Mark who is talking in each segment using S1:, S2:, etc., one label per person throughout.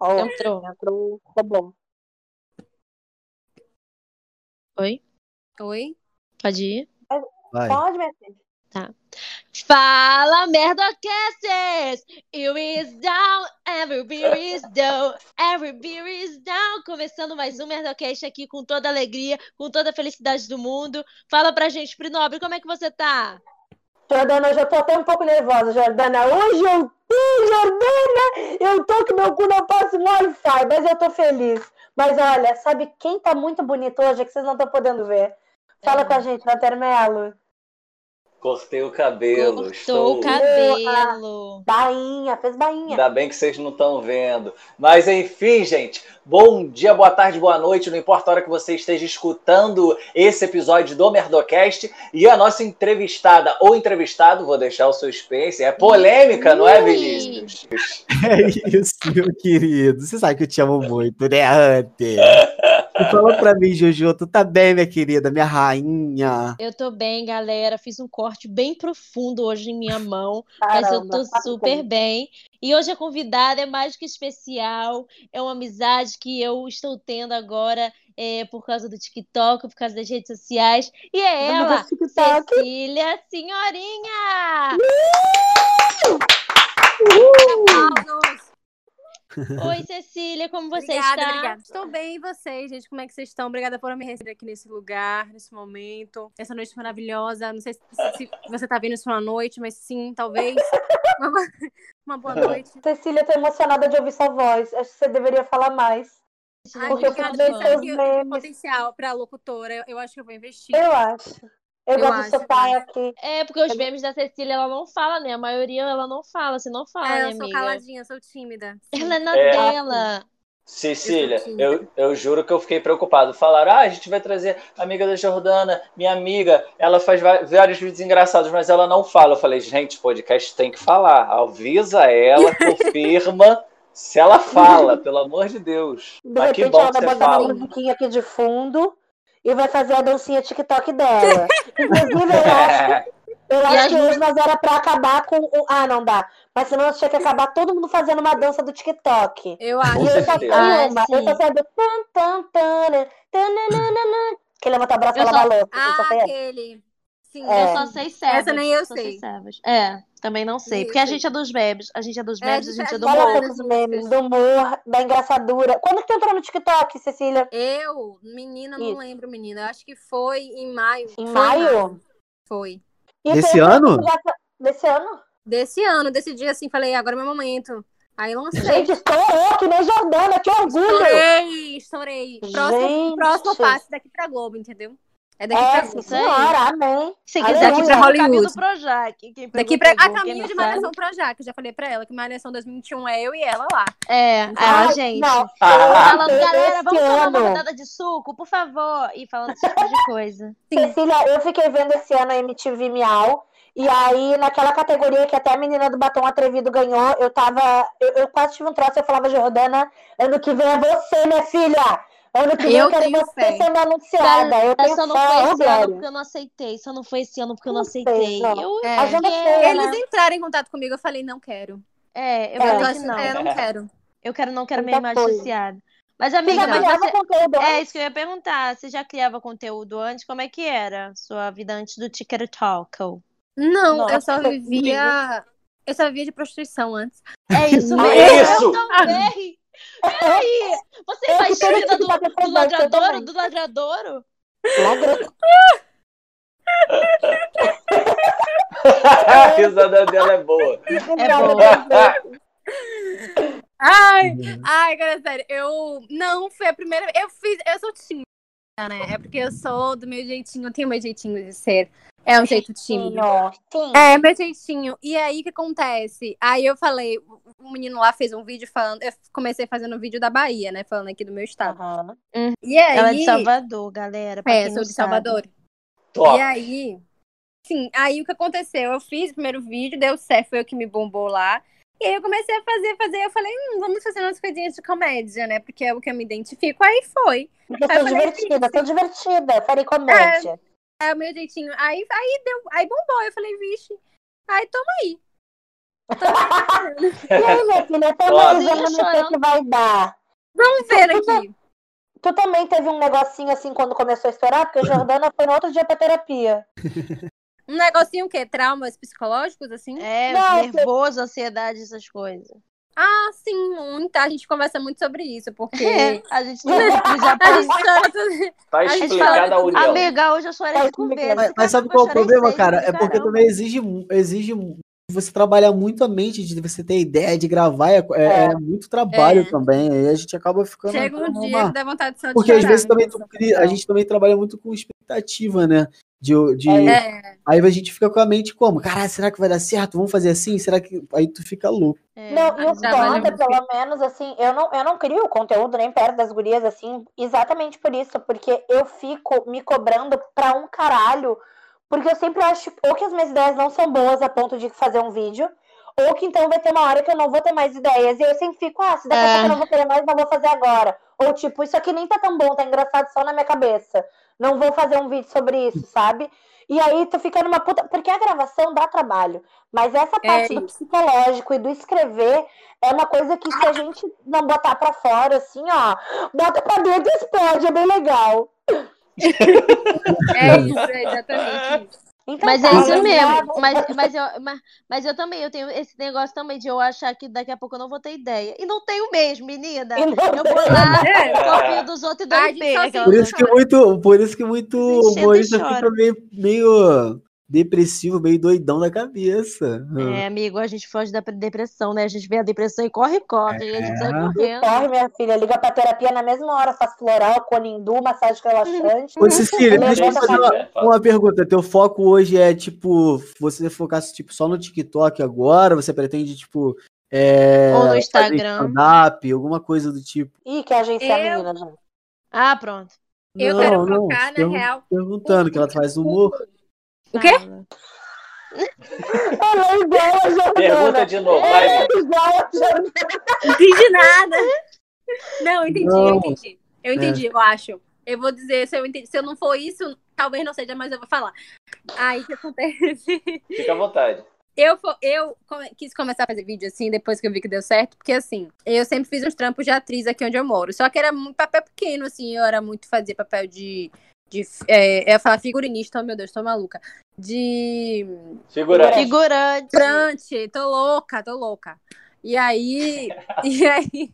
S1: Ó,
S2: Entrou.
S1: entrou o Robon.
S2: Oi?
S3: Oi?
S2: Pode ir?
S4: Vai.
S1: Pode, minha filha.
S2: Fala, merdocasters! You is down, every beer is down, every beer is down. Começando mais um Merdocast aqui com toda a alegria, com toda a felicidade do mundo. Fala pra gente, Prinobre, como é que você tá?
S1: Jordana, eu já tô até um pouco nervosa, Jordana. Hoje eu tô, Jordana! Eu tô que meu cu não passa no Wi-Fi, mas eu tô feliz. Mas olha, sabe quem tá muito bonito hoje é que vocês não estão podendo ver? Fala
S2: É.
S1: com a gente, Walter Mello.
S5: Cortei o cabelo.
S2: Cortou
S5: estou...
S2: o cabelo.
S1: Bainha, fez bainha.
S5: Ainda bem que vocês não estão vendo. Mas enfim, gente, bom dia, boa tarde, boa noite. Não importa a hora que você esteja escutando esse episódio do Merdocast. E a nossa entrevistada ou entrevistado, vou deixar o suspense, é polêmica, não é,
S2: Ui.
S5: Vinícius?
S4: É isso, meu querido. Você sabe que eu te amo muito, né, Hunter? E fala pra mim, Jojo, tu tá bem, minha querida, minha rainha.
S2: Eu tô bem, galera. Fiz um corte bem profundo hoje em minha mão. Mas eu
S1: Caramba,
S2: tô
S1: sabe
S2: super
S1: como?
S2: bem. E hoje a convidada é mais que especial. É uma amizade que eu estou tendo agora é, por causa do TikTok, por causa das redes sociais. E é
S1: Vamos
S2: ela,
S1: ver o TikTok.
S2: Cecília Senhorinha!
S3: Aplausos!
S2: Oi, Cecília, como você
S3: obrigada,
S2: está?
S3: obrigada. Estou bem, e vocês, gente? Como é que vocês estão? Obrigada por me receber aqui nesse lugar, nesse momento. Essa noite maravilhosa. Não sei se, se você tá vendo isso na noite, mas sim, talvez. Uma, boa- uma boa noite.
S1: Cecília, tô emocionada de ouvir sua voz. Acho que você deveria falar mais.
S2: Cecília,
S1: Porque eu fico
S2: muito
S1: vendo
S2: fã.
S3: obrigada, Joana.
S1: seus
S3: Eu- eu
S1: memes.
S3: Potencial pra locutora. Eu, eu acho que eu vou investir.
S1: Eu acho. Eu,
S3: Eu
S1: gosto do seu
S3: acho,
S1: pai
S3: eu
S1: aqui.
S2: É, porque os memes da Cecília, ela não fala, né? A maioria ela não fala, você não fala,
S3: É,
S2: né,
S3: eu sou
S2: amiga?
S3: caladinha, sou tímida. Sim.
S2: Ela é na
S5: É.
S2: dela.
S5: Cecília,
S3: Isso aqui.
S5: eu, eu juro que eu fiquei preocupado. Falaram, ah, a gente vai trazer a amiga da Jordana, minha amiga, ela faz va- vários vídeos engraçados, mas ela não fala. Eu falei, gente, podcast tem que falar. Avisa ela, confirma se ela fala, pelo amor de Deus.
S1: De
S5: Mas Ah, que
S1: repente
S5: bom
S1: ela
S5: que
S1: vai
S5: você
S1: botar uma
S5: fala.
S1: musiquinha aqui de fundo e vai fazer a dancinha TikTok dela. Inclusive, eu acho, eu
S2: E
S1: acho
S2: as
S1: que hoje nós era pra acabar com o. Ah, não dá. Mas senão nós tinha que acabar todo mundo fazendo uma dança do TikTok.
S3: Eu
S1: E
S3: acho.
S5: Com
S1: eu só
S5: certeza.
S1: sei
S2: Ah,
S1: uma, eu só
S2: sim.
S1: sei do tan, tan, tan, né, tan, nan, nan, nan, nan, tá que levanta o braço e
S2: Eu
S1: lava a
S2: só-
S1: louça. Eu só
S3: Ah,
S1: sei essa.
S3: aquele. Sim,
S1: É.
S2: Eu só sei Sebas.
S3: Essa nem eu
S2: só
S3: sei.
S2: Sebas. É, também não sei.
S3: Nem eu
S2: Porque a
S3: sei.
S2: gente é dos memes. A gente é dos
S3: É,
S2: memes,
S3: a
S2: a
S3: gente
S2: gente
S3: é
S2: é do
S3: do
S1: Ela
S2: humor.
S3: humor.
S1: pelos memes, um do humor, da engraçadura. Quando que tu entrou no TikTok, Cecília?
S3: Eu, menina, não
S1: Isso.
S3: lembro, menina. Eu acho que foi em maio.
S1: Em
S3: Foi
S1: maio?
S3: Foi.
S1: E
S4: Desse
S1: tu entrou
S4: ano?
S1: já- tá- Desse ano?
S3: Desse ano, desse dia, assim, falei, agora é meu momento. Aí lancei.
S1: Gente, estourou que nem Jordana, que orgulho!
S3: Estourei, estourei. Próximo,
S1: Gente.
S3: próximo passo daqui pra Globo, entendeu? É daqui
S1: É,
S3: pra
S1: sim,
S3: Globo.
S1: senhora, amém.
S2: Se
S1: Aleluia.
S2: quiser,
S1: Daqui pra
S2: comprar o caminho
S3: é Hollywood.
S2: do Projac. Quem pegou,
S3: Daqui pra... A
S2: pegou. Quem
S3: caminho de é
S2: não sabe-
S3: Malhação pra já, que eu já falei pra ela que Malhação 2021 é eu e ela lá.
S2: É,
S3: Ah,
S1: Ai,
S2: a gente.
S1: Não,
S5: Ah,
S2: Falando,
S1: ah, Esse
S2: galera, vamos tomar uma
S1: ano.
S2: rodada de suco, por favor. E falando esse tipo de coisa.
S1: Cecília, eu fiquei vendo esse ano a MTV Miau. E aí, naquela categoria que até a menina do batom atrevido ganhou, eu tava. Eu, eu quase tive um troço, eu falava, Jordana, ano que vem é você, minha filha! Ano que vem
S3: Eu
S1: eu quero
S3: tenho
S1: você
S3: fé.
S1: sendo anunciada. Eu
S2: Mas
S1: tenho
S2: só não
S1: fé,
S2: foi
S1: ô,
S2: esse ano
S1: Glória.
S2: porque eu não aceitei. Só não foi esse ano porque eu não
S1: Não
S2: aceitei.
S1: sei, não.
S2: Eu
S3: É.
S1: A gente
S2: É,
S1: é,
S3: Eles entraram em contato comigo, eu falei, não quero.
S2: É, eu
S1: É.
S3: Eu
S2: falei
S3: acho-
S2: que não.
S3: É, não quero.
S2: Eu quero, não quero minha
S1: Muita
S2: imagem
S1: coisa.
S2: associada. Mas,
S1: Você
S2: amiga,
S1: já
S3: Não,
S2: mas
S1: criava
S2: você.
S1: conteúdo
S2: É
S1: antes?
S2: isso que eu ia perguntar. Você já criava conteúdo antes? Como é que era sua vida antes do TikTok?
S3: Não,
S1: Nossa,
S3: eu só
S1: que
S3: vivia... Eu só vivia de prostituição antes.
S2: É isso
S4: Ah,
S1: Não,
S2: mesmo.
S5: isso!
S2: Eu também. Peraí. Você
S1: Eu
S2: faz
S1: que tenho
S2: esquerda
S1: que
S2: do,
S1: fazer
S2: do
S1: propaganda
S2: ladradouro?
S1: também.
S2: Do ladradouro?
S1: Lagre-
S5: a risada dela é boa.
S2: É
S1: Não,
S2: bom.
S3: Ai,
S4: Uhum.
S3: Ai, cara, sério, eu não foi a primeira. Eu fiz, eu sou tímida, né? É porque eu sou do meu jeitinho, eu tenho meu jeitinho de ser. É um jeito tímido.
S1: não, Sim.
S3: É, meu jeitinho. E aí, o que acontece? Aí eu falei, o- o menino lá fez um vídeo falando, eu comecei fazendo um vídeo da Bahia, né? Falando aqui do meu estado.
S1: Aham.
S3: E aí,
S2: Ela é de Salvador, galera. pra
S3: é,
S2: quem
S3: sou
S2: não
S3: de
S2: sabe.
S3: Salvador.
S5: Top.
S3: E aí, sim, aí o que aconteceu? Eu fiz o primeiro vídeo, deu certo, foi o que me bombou lá. E aí eu comecei a fazer, fazer, eu falei, hum, vamos fazer umas coisinhas de comédia, né? Porque é o que eu me identifico. Aí foi.
S1: Porque eu sou
S3: Aí eu falei,
S1: divertida, sou divertida, farei comédia.
S3: É o meu jeitinho. Aí, aí deu, aí bombou. Eu falei, vixe, aí toma aí.
S1: E aí, minha filha, tem
S5: Ó.
S1: mais ano no que,
S2: Chorando.
S1: que vai dar.
S3: Vamos
S2: Então,
S3: ver aqui.
S1: Tu também teve um negocinho assim quando começou a estourar, porque a Jordana foi no outro dia pra terapia.
S3: Um negocinho o quê? Traumas psicológicos, assim?
S2: É,
S1: Nossa.
S2: nervoso, ansiedade, essas coisas.
S3: Ah, sim, muita. A gente conversa muito sobre isso, porque
S2: É, a gente não já
S3: a gente chora sobre-
S5: Tá
S3: gente
S5: explicada a
S3: fala-
S5: união.
S2: Amiga, hoje é eu chorei
S1: Tá
S2: cinco
S1: explicado.
S2: vezes.
S4: Mas, mas sabe
S2: Eu
S4: qual é o
S2: chorei
S4: problema,
S2: seis
S4: cara?
S2: vezes,
S4: É porque
S2: caramba.
S4: também exige, mu- exige mu- você trabalhar muito a mente, de você ter ideia de gravar, é, é-
S1: É.
S4: é muito trabalho
S3: É.
S4: também. Aí a gente acaba ficando.
S3: chega um
S4: numa-
S3: dia que dá vontade só de
S4: Porque às
S3: chorar. né,
S4: vezes também tu cria- a gente também trabalha muito com expectativa, né? De, de-
S1: É.
S4: Aí a gente fica com a mente como? Caralho, será que vai dar certo? Vamos fazer assim? Será que. Aí tu fica louco.
S2: É,
S1: Não, e o
S3: mas trabalha
S1: foda,
S3: muito.
S1: pelo menos, assim, eu não, eu não crio conteúdo nem perto das gurias, assim, exatamente por isso, porque eu fico me cobrando pra um caralho, porque eu sempre acho ou que as minhas ideias não são boas a ponto de fazer um vídeo, ou que então vai ter uma hora que eu não vou ter mais ideias, e eu sempre fico, ah, se daqui a
S2: É.
S1: pouco eu não vou querer mais, não vou fazer agora. Ou tipo, isso aqui nem tá tão bom, tá engraçado só na minha cabeça. Não vou fazer um vídeo sobre isso, sabe? E aí tu fica numa puta. Porque a gravação dá trabalho. Mas essa
S3: É
S1: parte do psicológico e do escrever é uma coisa que se a gente não botar pra fora, assim, ó, bota pra dentro e explode, é bem legal.
S3: É isso, é exatamente isso.
S1: Então,
S2: Mas
S1: tá,
S2: é isso
S1: vamos lá,
S2: mesmo.
S1: vamos-
S2: Mas, mas, eu, mas, mas eu também, eu tenho esse negócio também de eu achar que daqui a pouco eu não vou ter ideia. E não tenho mesmo, menina.
S1: E não
S2: Eu vou lá,
S3: É.
S2: no corpinho dos outros e dou
S3: A
S2: um
S3: gente
S2: pé.
S3: só se
S2: aquela
S4: Por isso que
S2: coisa.
S4: muito, por isso que muito
S2: Gente, senta e
S4: humorista
S2: chora.
S4: fica meio, meio depressivo, meio doidão da cabeça.
S2: É, amigo, a gente foge da depressão, né? A gente vê a depressão e corre, corre. E a gente sai
S4: É.
S2: correndo.
S1: Corre, minha filha, liga pra terapia na mesma hora, faz floral, conindu, massagem relaxante.
S4: Ô, Cecília,
S1: Ele
S4: deixa eu
S1: levanta
S4: fazer
S1: a
S4: uma,
S5: cabeça.
S4: Ah. uma pergunta. Teu foco hoje é, tipo, você focar tipo, só no TikTok agora? Você pretende, tipo. é,
S2: Ou no
S4: fazer
S2: Instagram.
S4: stand-up, alguma coisa do tipo.
S1: Ih, que agência
S3: Eu-
S1: é a menina, né?
S2: Ah, pronto.
S3: Eu
S4: Não,
S3: quero
S4: não,
S3: focar, na
S4: pergun-
S3: real.
S4: Perguntando, que ela faz humor.
S3: O quê?
S2: Fala.
S1: Ela é igual a
S5: Pergunta
S1: Jordana.
S5: de novo. vai,
S1: Ela é igual a Jordana.
S3: Entendi nada. Não, entendi, eu
S4: Não. É.
S3: entendi. Eu entendi, eu acho. Eu vou dizer, se eu, entendi- se eu não for isso, talvez não seja, mas eu vou falar. Aí o que acontece?
S5: Fica à vontade.
S3: Eu, fo- eu come- quis começar a fazer vídeo assim, depois que eu vi que deu certo, porque assim, eu sempre fiz uns trampos de atriz aqui onde eu moro. Só que era muito papel pequeno, assim, eu era muito fazer papel de. de é, eu ia falar figurinista, oh meu Deus, tô maluca. De É.
S5: Figurante.
S2: Figurante.
S3: Frante, tô louca, tô louca. E aí, e aí.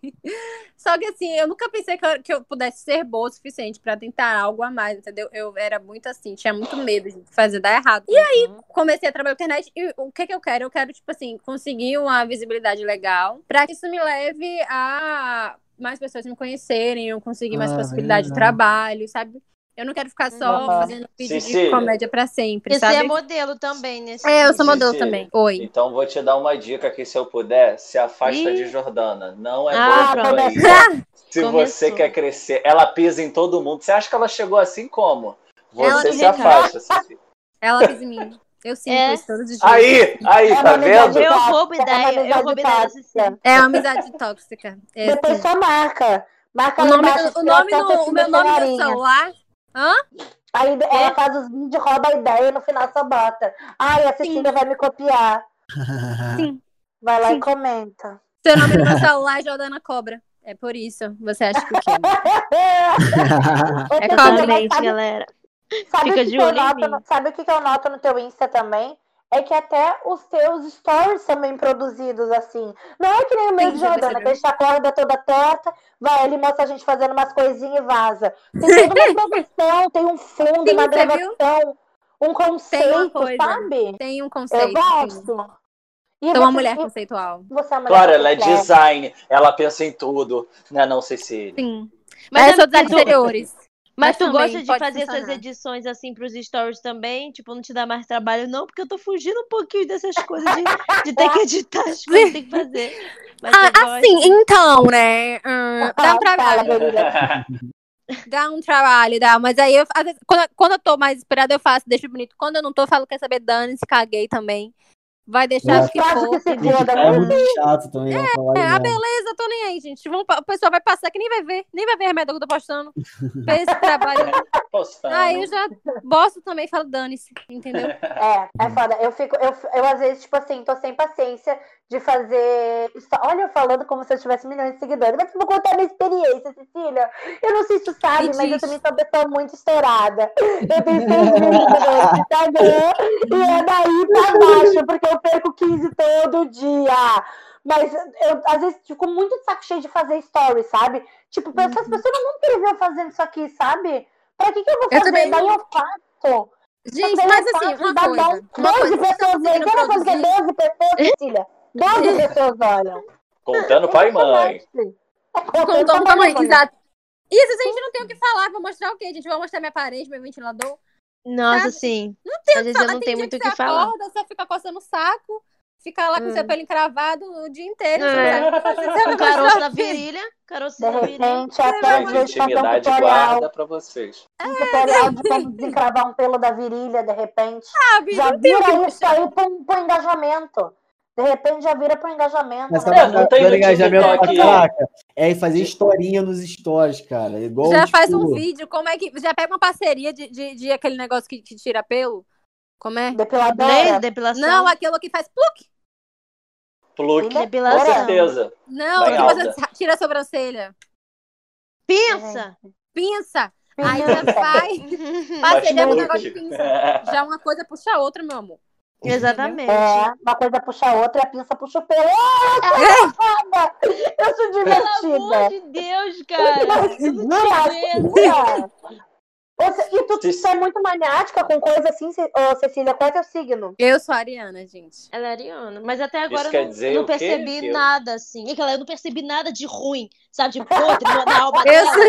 S3: Só que assim, eu nunca pensei que eu, que eu pudesse ser boa o suficiente pra tentar algo a mais, entendeu? Eu era muito assim, tinha muito medo de fazer dar errado. E aí, comecei a trabalhar com internet e o que que eu quero? Eu quero, tipo assim, conseguir uma visibilidade legal pra que isso me leve a mais pessoas me conhecerem, eu conseguir mais
S4: Ah,
S3: possibilidade de
S4: legal.
S3: trabalho, sabe? Eu não quero ficar só
S1: Uhum.
S3: fazendo vídeo de
S5: Cecília.
S3: comédia pra sempre,
S2: Porque você é
S3: sabe?
S2: modelo também, nesse.
S3: É, eu sou modelo
S5: Cecília.
S3: também. Oi.
S5: Então vou te dar uma dica que se eu puder, se afasta
S2: Ih.
S5: de Jordana. Não é
S2: Ah,
S5: boa
S1: pronto.
S5: companhia. Se
S2: Começou.
S5: você quer crescer, ela pisa em todo mundo. Você acha que ela chegou assim como?
S3: Ela
S5: Você
S3: me
S5: se
S3: vê, cara.
S5: afasta, Cecília.
S3: Ela fez em mim. Eu sinto
S2: É.
S3: isso todos os dias.
S5: Aí, aí,
S1: É
S5: tá
S1: uma amizade
S5: vendo?
S2: Eu
S1: tóxica,
S2: roubo
S1: é uma
S2: ideia, eu
S1: amizade
S2: roubo ideia da
S1: tóxica.
S2: Cecília.
S3: É uma amizade tóxica. É,
S1: Depois
S3: sim.
S1: só marca. Marca
S3: o
S1: lá
S3: nome,
S1: embaixo,
S3: do, o nome
S1: ela
S3: do,
S1: tá
S3: o meu nome do É.
S1: carinha.
S3: celular.
S1: Aí ela faz os vídeos, rouba a ideia e no final só bota. Ai, a Cecília vai me copiar. Vai lá e comenta.
S3: Seu nome do meu celular é Jordana Cobra. É por isso. Você acha que o quê?
S1: Ô, Cecília,
S3: É
S1: mas
S2: Exatamente,
S1: sabe-
S2: galera.
S1: Sabe o
S2: Fica
S1: que
S2: de
S1: que eu
S2: olho em
S1: noto
S2: mim.
S1: no- sabe o que que eu noto no teu Insta também? É que até os teus stories são bem produzidos, assim. Não é que nem o meu
S3: Sim,
S1: de
S3: já
S1: Jordana,
S3: percebi.
S1: deixa a corda toda torta, vai ali, mostra a gente fazendo umas coisinhas e vaza. Tem toda uma produção, tem um fundo,
S3: Sim,
S1: uma
S3: você
S1: gravação, um conceito,
S3: coisa.
S1: sabe?
S3: Tem um
S1: Eu
S3: conceito. sim.
S1: gosto. E
S3: Sou uma
S1: você-
S3: mulher
S1: e
S3: conceitual.
S1: Você é uma mulher
S5: Claro, ela é
S1: completa.
S5: design, ela pensa em tudo, né, não, Cecília?
S3: Sim. Mas,
S2: Mas,
S3: eu sou das
S2: mas, tu,
S3: exteriores.
S2: mas
S3: mas
S2: tu
S3: também
S2: gosta de
S3: pode
S2: fazer essas
S3: funcionar.
S2: edições assim pros stories também? Tipo, não te dá mais trabalho, não, porque eu tô fugindo um pouquinho dessas coisas de, de ter que editar as coisas que tem que fazer. Mas eu gosto. Ah,
S3: Ah, assim, então, né? hum, dá um
S1: Fala,
S3: trabalho.
S1: Maria.
S3: Dá um trabalho, dá. Mas aí, eu, às vezes, quando, quando eu tô mais inspirada, eu faço, deixo bonito. Quando eu não tô, eu falo, quer saber, dane-se, caguei também. Vai deixar
S2: É.
S4: Vai.
S3: o que
S1: Faz o que
S3: for.
S1: se
S4: Digitar
S1: foda.
S4: é muito chato também. ela falar
S3: É, a
S4: demais.
S3: beleza, tô nem aí, gente. Vão, pa- o pessoal vai passar que nem vai ver, nem vai ver a remédio que eu tô postando. Fez esse trabalho.
S2: Tá
S5: Postando.
S3: Aí eu já bosto também, falo, dane-se, entendeu?
S1: É, é
S3: Hum.
S1: foda. Eu fico, eu, eu às vezes, tipo assim, tô sem paciência de fazer. só- Olha, eu falando como se eu tivesse milhões de seguidores. Mas eu vou contar minha experiência, Cecília. Eu não sei se tu sabe,
S3: Me
S1: mas eu
S3: diz.
S1: também sou uma pessoa muito estourada. Eu tenho 6 mil seguidores no Instagram e é daí pra baixo, porque eu perco 15 todo dia. Mas eu, às vezes, fico muito de saco cheio de fazer story, sabe? Tipo,
S3: Uhum.
S1: pensa, as pessoas não vão prever eu fazendo isso aqui, sabe? Pra que, que eu vou
S3: Eu
S1: fazer?
S3: também
S1: Daí eu faço.
S3: Gente, mas assim, uma coisa. é Uma
S1: 12
S3: coisa, se eu
S1: pessoas
S3: não
S1: vendo. Quero fazer
S3: produzir,
S1: 12 pessoas, Cecília. 12 pessoas olham.
S5: Contando pai e mãe.
S3: como toma tamanho,
S1: tá
S3: exato. Isso, se a gente não tem o que falar, vou mostrar o quê, gente? Vou mostrar minha parede, meu ventilador.
S2: Nossa,
S3: Sabe?
S2: sim.
S3: Não tem
S2: Às
S3: o que
S2: vezes eu
S3: falar.
S2: não
S3: Tem
S2: tenho
S3: dia
S2: muito o
S3: você
S2: que falar.
S3: Acorda, só fica coçando o saco, fica lá com
S2: Hum.
S3: seu pelo encravado o dia inteiro. você
S2: É.
S3: não sabe o que fazer, você assim,
S2: Um
S3: vai mostrar
S2: caroço
S3: o
S2: na
S3: quê?
S2: virilha. Caroço
S1: De
S2: na virilha.
S1: repente, eu quero às
S5: Mais
S1: vezes fazer um
S5: É, intimidade
S1: tutorial.
S5: guarda pra vocês.
S1: Um tutorial de como desencravar um pelo da virilha, de repente.
S3: Sabe?
S1: Já
S3: Ah, Não tem o que
S1: vira isso aí pro, pro engajamento. De repente já vira pro engajamento.
S4: Mas
S1: né?
S5: É,
S4: tá
S5: não tem
S4: dando
S5: no
S4: engajamento pra
S5: TikTok.
S4: caraca. É fazer historinha nos stories, cara. Igual,
S3: Já
S4: tipo,
S3: faz um vídeo, como é que. Já pega uma parceria de, de, de aquele negócio que, que tira pelo? Como é?
S2: Né?
S1: Depiladora. assim,
S2: Depilação.
S3: Não, aquilo que faz pluk!
S5: Pluck.
S1: Filha,
S5: Com
S1: Olha.
S2: depilação.
S5: certeza.
S3: Não,
S5: Bem
S3: que você
S4: né?
S5: alta.
S3: tira a sobrancelha.
S2: Pensa.
S3: Pinça! Aí já
S1: Pinça.
S3: faz.
S5: Faz
S3: Parceria com o
S5: pluck.
S3: negócio de
S4: tipo, é.
S3: pinça. Já uma coisa puxa a outra, meu amor.
S2: Exatamente.
S1: É, uma coisa puxa a outra e a pinça puxa o pelo.
S3: É.
S1: Ah, Eu sou
S2: Pelo amor
S1: divertida.
S2: de Deus, cara.
S1: Jurassic, cara. Você- E tu, tu é muito maniática com coisa assim, Ce- ô, Cecília, qual é teu signo?
S3: Eu sou a Ariana, gente.
S2: Ela é ariana, mas até agora
S5: Isso
S2: eu
S5: quer
S2: não,
S5: dizer
S2: não
S5: o quê,
S2: percebi
S5: Gil?
S2: nada, assim. É que ela- eu não percebi nada de ruim, sabe? De podre na- na alma
S3: Eu
S2: dela.
S3: sou...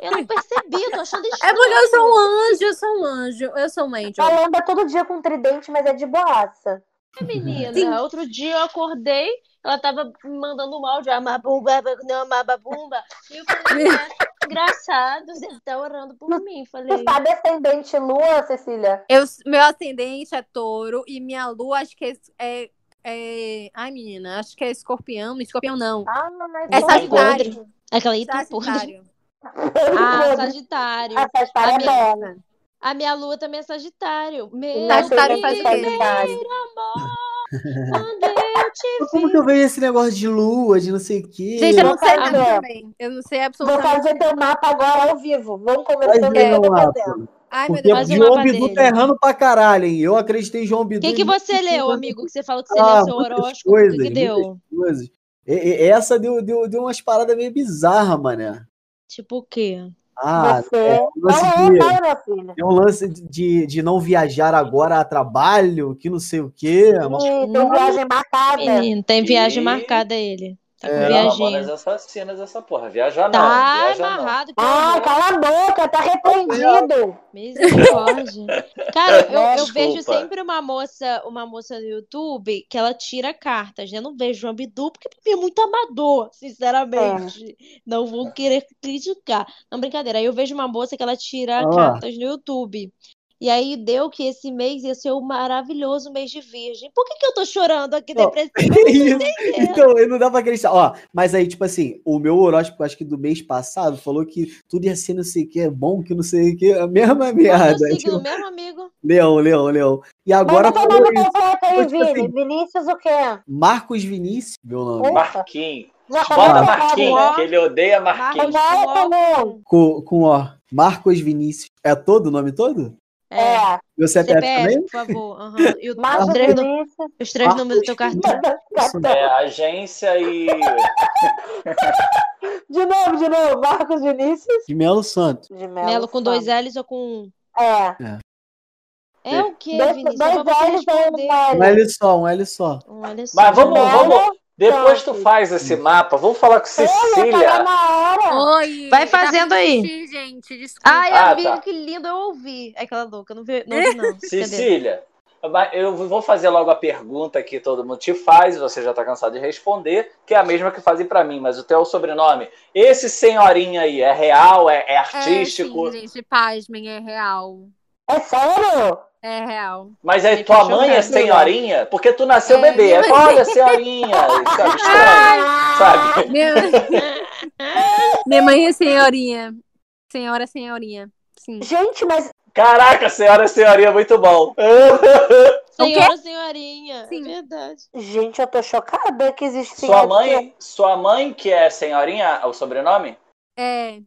S2: Eu não percebi, eu tô achando
S3: É
S2: estranho.
S3: porque eu sou um anjo, eu sou um anjo. Eu sou um anjo.
S1: Ela anda todo dia com tridente, mas é de boaça.
S2: É, menina.
S3: Sim.
S2: Outro dia eu acordei, ela tava me mandando um áudio, amabumba, não, amababumba. E eu falei, é, engraçado, você tá orando por mim.
S1: Tu
S2: Falei,
S1: sabe ascendente lua, Cecília?
S3: Eu, meu ascendente é touro e minha lua acho que é, é, é- Ai, menina, acho que é escorpião. Não, Escorpião não.
S1: Ah, não, mas
S3: É
S1: não.
S3: Sagitário.
S2: aquela aí tá podre.
S3: Sagitário.
S2: Ah,
S1: Ah,
S2: Sagitário.
S1: Sagitário é
S2: Amiga.
S1: bela.
S2: A minha lua também é Sagitário. Meu
S3: Sagitário
S1: Sagitário
S3: faz
S1: faz
S3: o
S2: primeiro
S3: quê?
S1: Sagitário.
S2: amor, quando eu
S4: Mas
S2: te
S4: Como
S2: vi.
S4: que eu vejo esse negócio de lua, de não sei o quê?
S3: Gente, eu não sei
S1: Vou
S3: nada
S1: fazer.
S3: também. Eu não sei
S1: Vou
S3: absolutamente.
S1: fazer teu mapa agora ao vivo. Vamos
S4: Faz
S1: conversando
S4: aí
S1: aí, eu
S4: no
S1: tô
S4: mapa.
S1: fazendo.
S3: Ai, meu
S4: Porque
S3: Deus.
S2: Faz
S4: o
S2: um
S4: João
S2: mapa
S4: Bidu
S2: dele.
S4: tá errando pra caralho, hein? Eu acreditei em João
S2: O
S4: Bidu.
S2: que, que
S4: muito
S2: você leu,
S4: em
S2: amigo? Que você falou que você
S4: Ah,
S2: leu seu
S4: muitas
S2: horóscopo. O que, que
S4: coisas,
S2: deu?
S4: coisas. E- e- essa deu, deu, deu umas paradas meio bizarras, mané.
S2: Tipo o quê?
S4: Ah,
S1: Você
S4: é, um
S1: não
S4: lance
S1: é
S4: de,
S1: pai, meu filho.
S4: é um lance de, de não viajar agora a trabalho, que não sei o quê. Uma
S1: Ih, Tem viagem marcada.
S2: Menino, tem viagem
S5: E-
S2: marcada ele. Tá com
S4: É,
S5: Mamonas
S2: viajinha.
S5: assassinas essa porra. Viaja é não.
S2: Tá
S5: viaja não.
S2: amarrado, pelo
S1: Ah,
S2: amor.
S1: cala a boca, tá arrependido.
S2: Misericórdia. Cara, eu, eu
S5: Desculpa.
S2: vejo sempre uma moça, uma moça no YouTube que ela tira cartas. né? Eu não vejo o Abdu, porque pra mim é muito amador, sinceramente.
S4: É.
S2: Não vou querer criticar. Não, brincadeira. Aí eu vejo uma moça que ela tira
S4: Ah.
S2: cartas no YouTube. E aí deu que esse mês ia ser um maravilhoso mês de virgem. Por que que eu tô chorando aqui,
S4: Não,
S2: depressiva? Eu
S4: Que
S2: não é. tô
S4: isso?
S2: entendendo.
S4: Então, eu não dá pra acreditar. Ó, mas aí, tipo assim, o meu horóscopo, acho que do mês passado, falou que tudo ia ser não sei o que, é bom que não sei o que, a mesma
S2: Qual é o
S4: merda.
S2: teu signo
S4: Tipo,
S2: mesmo, amigo?
S4: leão, leão, leão. E agora
S1: Manda teu nome
S4: falou isso.
S1: completo aí,
S4: Mas, tipo
S1: Vini.
S4: assim-
S1: Vinícius o quê?
S4: Marcos Vinícius, meu nome.
S1: Oi?
S5: Marquinhos.
S3: Tá
S1: Já
S5: Bota
S1: começa errado,
S5: Marquinhos,
S1: né?
S5: que ele odeia Marquinhos.
S1: Não é comum.
S4: Com, com, ó, Marcos Vinícius. É todo o nome todo?
S2: É.
S1: É.
S4: Meu CPF,
S2: CPF,
S4: também?
S2: por favor. aham. E o- os
S1: Marcos
S2: três, nu-
S1: Vinícius.
S2: os três números do teu
S4: Marcos
S2: cartão.
S4: Isso, né?
S5: É, agência e.
S1: De novo, de novo. Marcos Vinícius.
S4: De Melo Santos.
S1: De
S2: Melo com dois L's ou com um?
S1: É.
S2: É o quê,
S1: Dois,
S2: Vinícius?
S1: dois
S2: Só pra você
S1: olhos ou
S2: responder.
S4: Um
S1: um L.
S4: L só, um L só.
S2: Olha só.
S5: Mas vamos,
S1: Melo
S5: vamos. Depois tu
S3: Tá.
S1: Santos.
S5: faz esse mapa. Vamos falar com
S1: Eu tava
S5: Cecília.
S1: na hora.
S3: Oi.
S2: Vai
S3: eu tava
S2: fazendo
S3: indo
S2: aí.
S3: xixi, gente, desculpa.
S2: Ai,
S5: Ah,
S2: amigo,
S5: tá.
S2: que lindo, eu ouvi. É Aquela louca, não vi, não. ouvi, não. Cadê?
S5: Cecília, mas eu vou fazer logo a pergunta que todo mundo te faz, você já tá cansado de responder, que é a mesma que fazem pra mim, mas o teu sobrenome. Esse senhorinha aí, é real, é, é
S3: É,
S5: artístico?
S3: sim, gente, pasmem, é real.
S1: É sério?
S3: É real.
S5: Mas aí
S2: Fica
S5: tua mãe é
S2: chocado.
S5: senhorinha? Porque tu nasceu
S3: É,
S5: bebê.
S3: minha
S5: Aí,
S3: mãe-
S5: Olha, senhorinha! Sabe, estranho, sabe?
S3: Minha, minha mãe é senhorinha. Senhora, senhorinha. Sim.
S1: Gente, mas
S5: Caraca, senhora, senhorinha, muito bom.
S2: Senhora, senhorinha.
S3: Sim.
S2: É verdade.
S1: gente, eu tô chocada que existe
S5: Sua
S1: senhora que-
S5: mãe, sua mãe que é senhorinha, o sobrenome?
S3: É,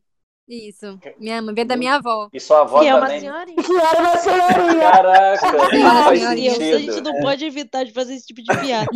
S3: isso. Minha mãe veio da minha avó.
S5: E sua avó
S2: Que é uma
S5: também?
S2: senhorinha.
S1: que era uma senhorinha.
S5: Caraca, isso
S3: Senhora,
S5: faz
S2: Meu Deus, a gente
S5: sentido. É.
S2: não pode evitar de fazer esse tipo de piada.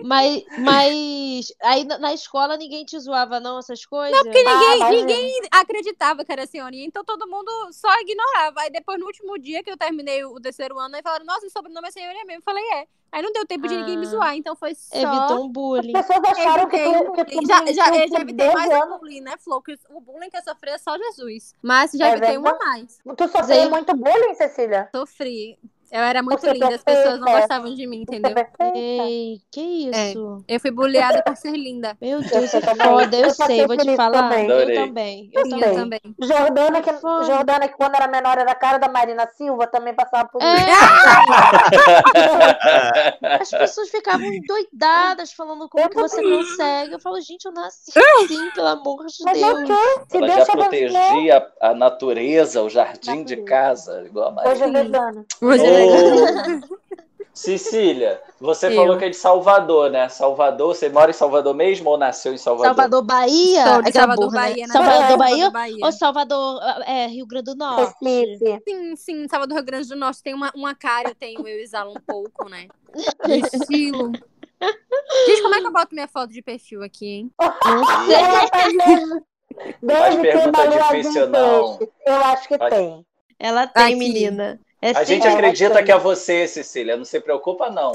S2: Mas, mas aí na na escola ninguém te zoava, não, essas coisas? Não, porque
S1: Ah,
S3: Ninguém,
S1: mas-
S3: ninguém acreditava que era senhorinha, então todo mundo só ignorava. Aí depois, no último dia que eu terminei o terceiro ano, aí falaram, nossa, o sobrenome é senhorinha mesmo. Eu falei, é. Aí não deu tempo de ninguém me
S2: Ah.
S3: zoar, então foi só...
S2: Evitou um bullying.
S1: As pessoas acharam que tu, que tu
S3: um já, já,
S1: mentiu
S3: eu
S1: por
S3: já evitei
S1: 10
S3: mais
S1: anos.
S3: o bullying, né, Flo? Que o bullying que eu sofri é só Jesus. Mas já
S1: É
S3: evitei uma
S1: verdade.
S3: a mais.
S1: Tu sofreu
S2: Zero.
S1: muito bullying, Cecília?
S3: Sofri. Eu era muito
S1: Você é
S3: linda, as pessoas não
S1: perfeita.
S3: gostavam de mim, entendeu?
S2: Ei, que isso?
S3: Eu fui bullyada por ser linda.
S2: Meu Deus,
S1: Eu
S2: é
S1: também.
S2: foda. Eu
S1: Eu
S2: sei, vou
S1: passei
S2: te
S1: por isso
S2: falar.
S1: também.
S5: Adorei.
S2: Eu também. Eu
S1: Sim.
S3: Sim,
S2: também.
S3: eu
S1: Também.
S3: também.
S1: Jordana que,
S2: Foi.
S1: Jordana, que quando era menor era a cara da Marina Silva, também passava por isso.
S2: É, as pessoas ficavam doidadas falando como
S1: Eu
S2: que você
S1: também.
S2: consegue. Eu falo, gente, eu nasci assim, pelo amor de
S1: Mas é o
S2: Deus.
S1: quê? Se
S5: Ela
S1: Deus
S5: já
S1: te abençoou,
S5: protegia a- a natureza, o jardim de casa, igual a
S1: hoje
S5: Maria.
S1: é vegana.
S3: Hoje é legal.
S5: Ô, Cecília, você
S3: Eu.
S5: falou que é de Salvador, né? Salvador, você mora em Salvador mesmo ou nasceu em Salvador?
S2: Salvador, Bahia?
S3: Sou de
S2: Aquela
S3: Salvador,
S2: burra, né?
S3: Bahia. né?
S1: É.
S2: Salvador,
S3: Salvador,
S2: Bahia?
S3: Bahia.
S2: Ou Salvador, é, Rio Grande do Norte?
S1: Recife.
S3: Sim, sim, Salvador Rio Grande do Norte tem uma, uma cara, eu tenho, eu exalo um pouco, né? Do estilo. Gente, como é que eu boto minha foto de perfil aqui, hein?
S2: Não sei.
S1: Ela tá mesmo.
S5: Faz
S1: Deve ter
S5: pergunta
S1: uma luazinha
S5: difícil, não.
S1: peixe. Eu acho que
S5: Faz- É
S1: tem.
S2: Ela tem,
S3: Aqui.
S2: menina. É
S5: A gente
S2: sempre,
S5: acredita
S1: tem.
S5: que é você, Cecília. Não se preocupa, não.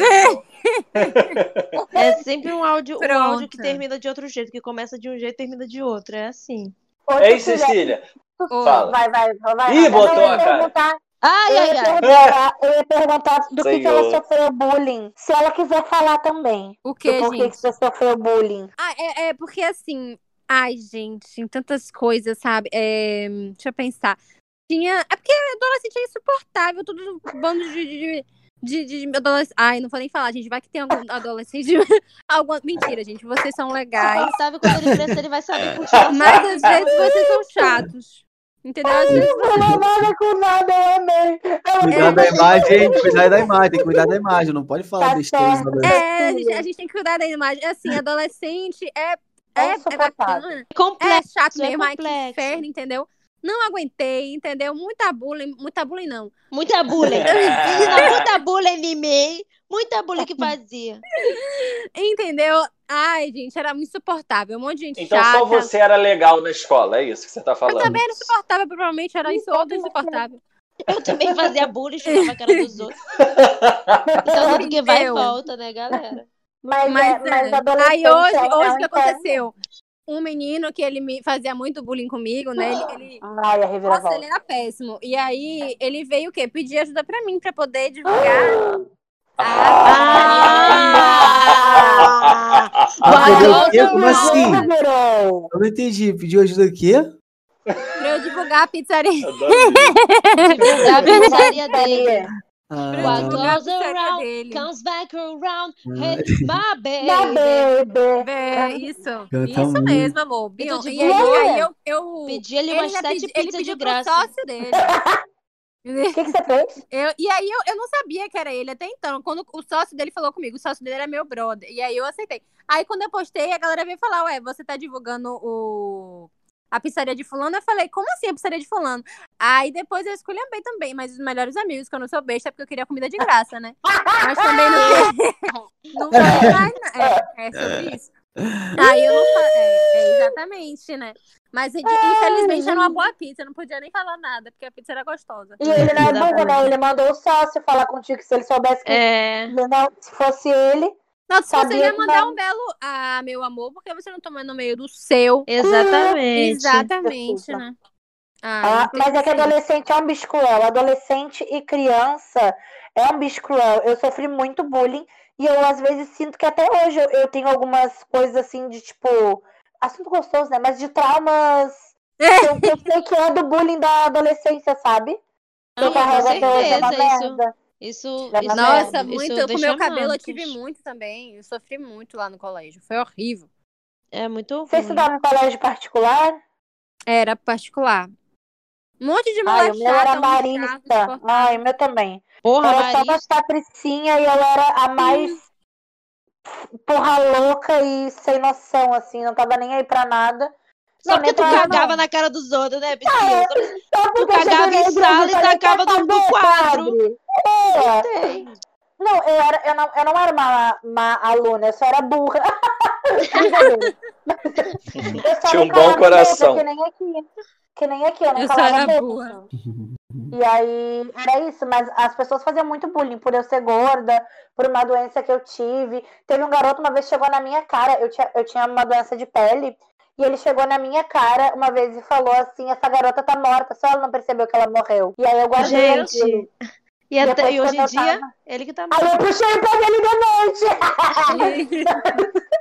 S2: é sempre um áudio, um
S3: Pronto.
S2: áudio que termina de outro jeito, que começa de um jeito e termina de outro. É assim.
S1: Ô,
S5: Ei,
S1: Cecília,
S5: Cecília.
S3: Ô,
S5: Fala.
S1: Vai, vai, vai. vai.
S5: Ih,
S1: Eu
S5: botou
S1: ia
S5: a cara.
S1: perguntar-
S2: Ai,
S1: Eu
S2: ai,
S1: ia
S2: ai.
S1: perguntar, eu ia perguntar do que, que ela
S5: Senhor.
S1: sofreu bullying. Se ela quiser falar também.
S3: O que,
S1: do porquê que
S3: gente?
S1: você sofreu bullying.
S3: Ah, é, é porque assim. Ai, gente, tem tantas coisas, sabe? É, deixa eu pensar. Tinha. É porque adolescente é insuportável, todo um bando de. de, de, de, de adolesc- Ai, não vou nem falar, gente. Vai que tem algum adolescente. alguma... Mentira, gente. Vocês são legais.
S2: Ele sabe quando ele crescer, ele vai saber puxar.
S3: Mas às vezes vocês são chatos. Entendeu? Às vezes
S1: Não falou nada com nada, eu amei.
S4: Cuidar da imagem, cuidar da imagem, tem que cuidar da imagem, não pode falar
S1: Tá
S4: besteira.
S1: certo.
S4: né?
S3: É, a gente, a gente tem que cuidar da imagem. Assim, adolescente é,
S1: É
S3: é, é
S1: insuportável.
S3: bacana. É
S2: Complexo.
S3: chato
S2: é
S3: mesmo, ai que
S2: complexo.
S3: inferno, entendeu? Não aguentei, entendeu? Muita bullying, muita bullying não.
S2: Muita bullying. Menina, muita bullying em mim. Muita bullying que fazia.
S3: Entendeu? Ai, gente, era insuportável. Um monte de gente
S5: Então
S3: chata.
S5: só você era legal na escola, é isso que você tá falando.
S3: Eu também era insuportável, provavelmente era isso, outro insuportável.
S2: Eu também fazia bullying, chutava a cara dos outros. Então ninguém vai e
S3: Entendeu?
S2: volta, né, galera?
S1: Mas,
S3: Mas,
S1: é, mas
S3: é.
S1: adolescente
S3: Aí hoje,
S1: é-
S3: hoje
S1: é
S3: o que
S1: um inferno.
S3: aconteceu? Um menino que ele me fazia muito bullying comigo, né? Ele- ele
S1: Ai, a
S3: Nossa, ele é-
S1: reviravolta.
S3: era péssimo. E aí, ele veio o quê? Pedir ajuda pra mim, pra poder divulgar. Ah.
S2: Ah!
S4: Ah,
S2: Vai,
S4: pediu o quê?
S2: outro
S4: Como
S2: lado.
S4: assim?
S1: Revirou.
S4: Eu não entendi. Pediu ajuda o quê?
S3: Pra eu divulgar a pizzaria.
S5: Adorei.
S2: Divulgar a pizzaria Tipo, dele.
S4: Ah,
S3: Pra eu
S2: What
S3: divulgar a
S2: goes
S3: pizzaria
S2: around
S3: dele.
S2: comes back around.
S4: ah,
S2: Hey, my
S1: Da
S2: baby.
S1: bebê.
S3: É, isso.
S4: Canta
S3: isso
S4: muito.
S3: mesmo, amor. Bion,
S2: de
S3: e aí,
S1: boa.
S3: aí eu, eu...
S2: Pedi ele umas
S3: ainda
S2: sete
S3: pedi- ele
S2: pizzas de
S3: pediu pro
S2: graça.
S3: sócio dele.
S1: O que, que você fez?
S3: Eu- e aí eu, eu não sabia que era ele até então. Quando o sócio dele falou comigo, o sócio dele era meu brother. E aí eu aceitei. Aí quando eu postei, a galera veio falar: Ué, você tá divulgando o. A pizzaria de fulano, eu falei, como assim a pizzaria de fulano? Aí depois eu esculhambei também, mas os melhores amigos, que eu não sou besta, é porque eu queria comida de graça, né? Mas também não Não falei mais nada. É, é sobre isso. Aí eu não falei, é, é exatamente, né? Mas infelizmente era uma boa pizza, eu não podia nem falar nada, porque a pizza era gostosa.
S1: E ele não é
S2: Exatamente.
S1: burro, né? Ele mandou o sócio falar contigo que se ele soubesse que
S2: É.
S1: não, se fosse ele.
S3: Nossa, se você
S1: Sabia
S3: ia
S1: que
S3: mandar
S1: não.
S3: um belo ah, meu amor, porque você não toma no meio do seu.
S2: Exatamente.
S3: Exatamente,
S1: Desculpa.
S3: né? Ah,
S1: Ah, mas é que adolescente é um bicho cruel. Adolescente e criança é um bicho cruel. Eu sofri muito bullying e eu às vezes sinto que até hoje eu, eu tenho algumas coisas assim de tipo. Assunto gostoso, é né? Mas de traumas. que Eu, que eu sei que é do bullying da adolescência, sabe? Você
S2: Não, com
S1: carrega peso, é uma
S2: certeza, isso.
S1: merda.
S2: Isso,
S1: Dá pra
S2: isso
S3: Nossa,
S2: é,
S3: muito.
S2: isso
S3: Eu, com
S2: deixa
S3: meu cabelo eu
S2: marcas.
S3: tive muito também. Eu sofri muito lá no colégio. Foi horrível.
S2: É muito ruim.
S1: Você estudava em colégio particular?
S3: Era particular. Um monte de
S1: Ai,
S3: moleque
S1: o meu era então.
S3: chata, um
S1: marista.
S3: chato, descortado.
S1: Ai, o meu também.
S2: Porra,
S1: Era só
S2: Maris,
S1: das patricinha e ela era a mais porra louca e sem noção, assim, não tava nem aí pra nada.
S2: só
S1: Não,
S2: porque
S1: nem
S2: tu
S1: pra ela,
S2: cagava na cara dos outros, né, bicho?
S1: é, Só porque eu
S2: cagava
S1: cheguei
S2: em
S1: na igreja
S2: sala e
S1: falei,
S2: tacava
S1: "Quer
S2: no- no
S1: saber,
S2: quadro".
S1: padre? É. Não, eu, era, eu, não, eu não era uma má aluna, eu só era burra. Brincadeira. Eu só
S5: Tinha
S1: não
S5: um bom
S1: calava boca,
S5: coração.
S1: Que nem aqui. Que nem aqui, eu não
S3: Eu só
S1: calava
S3: era
S1: boca.
S3: burra.
S4: ah,
S1: E aí, era isso, mas as pessoas faziam muito bullying por eu ser gorda, por uma doença que eu tive. Teve um garoto uma vez chegou na minha cara, eu tinha, eu tinha uma doença de pele, e ele chegou na minha cara uma vez e falou assim: essa garota tá morta, só ela não percebeu que ela morreu. E aí eu guardei aquilo.
S2: Gente. E, até-
S1: Depois
S2: e hoje em
S1: quando eu
S2: dia, ele que tá mal.
S1: Aí eu puxei né? o pé dele de noite.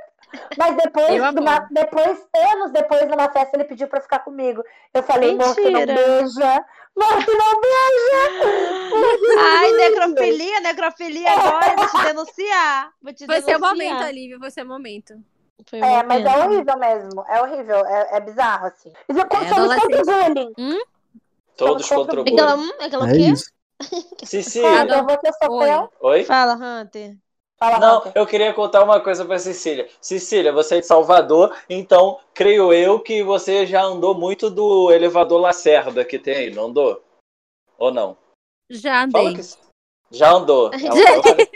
S1: Mas depois,
S3: Eu amo.
S1: numa- depois, anos depois, numa festa, ele pediu pra ficar comigo. Eu falei, morto não
S2: Mentira.
S1: beija, morto não
S2: Ai, necrofilia, necrofilia agora, eu vou te denunciar. Vou te
S3: Foi
S2: denunciar.
S3: seu momento, Olivia. Foi seu momento.
S2: Foi o
S1: É, mas é
S2: momento.
S1: horrível mesmo. É horrível. É, é bizarro, assim. Mas eu
S3: É,
S1: somos contra o bullying.
S5: Todos contra o
S2: Aquela,
S5: bullying.
S2: hum, aquela
S4: É
S2: quê?
S4: isso.
S5: Cecília,
S3: Cada-
S1: Quando então você sofreu,
S5: oi?
S2: Fala, Hunter.
S1: fala
S5: Não,
S1: Rafa.
S5: eu queria contar uma coisa pra Cecília. Cecília, você é de Salvador, então creio eu que você já andou muito do elevador Lacerda que tem aí, não andou? Ou não?
S3: Já
S5: Fala
S3: andei.
S5: que já andou. É um- Ela
S2: Gente.
S5: falou-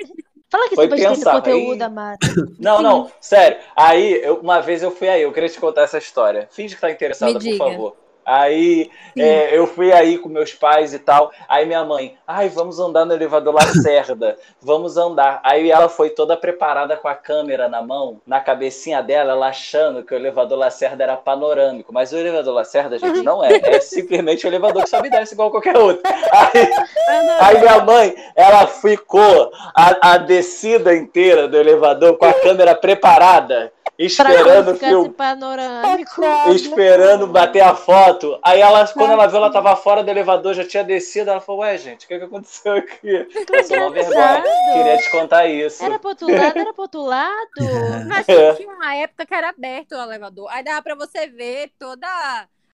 S2: Fala que
S5: Foi
S2: você pode ter
S5: pensar,
S2: conteúdo,
S5: aí-
S2: amado.
S5: Não, não, sério. Aí, eu- uma vez eu fui aí, eu queria te contar essa história. Finge que tá interessada,
S3: Me
S5: por
S3: diga.
S5: favor. Aí
S3: Sim.
S5: é, eu fui aí com meus pais e tal. Aí minha mãe, ai, vamos andar no elevador Lacerda, vamos andar. Aí ela foi toda preparada com a câmera na mão, na cabecinha dela, ela achando que o elevador Lacerda era panorâmico. Mas o elevador Lacerda,
S3: Uhum.
S5: gente, não é. É simplesmente o elevador que sobe e desce igual qualquer outro. Aí, Aí minha mãe, ela ficou a, a descida inteira do elevador com a câmera preparada, esperando
S2: Uhum. ficar né?
S5: filmar,
S2: panorâmico.
S5: esperando bater a foto. Aí ela, quando ela viu, ela tava fora do elevador, já tinha descido, ela falou, ué, gente, o que, que aconteceu aqui? Passou é uma vergonha. Queria te contar isso.
S2: É. Era pro outro lado, era pro outro lado.
S3: Mas
S5: É.
S3: tinha uma época que era aberto o elevador. Aí dava pra você ver toda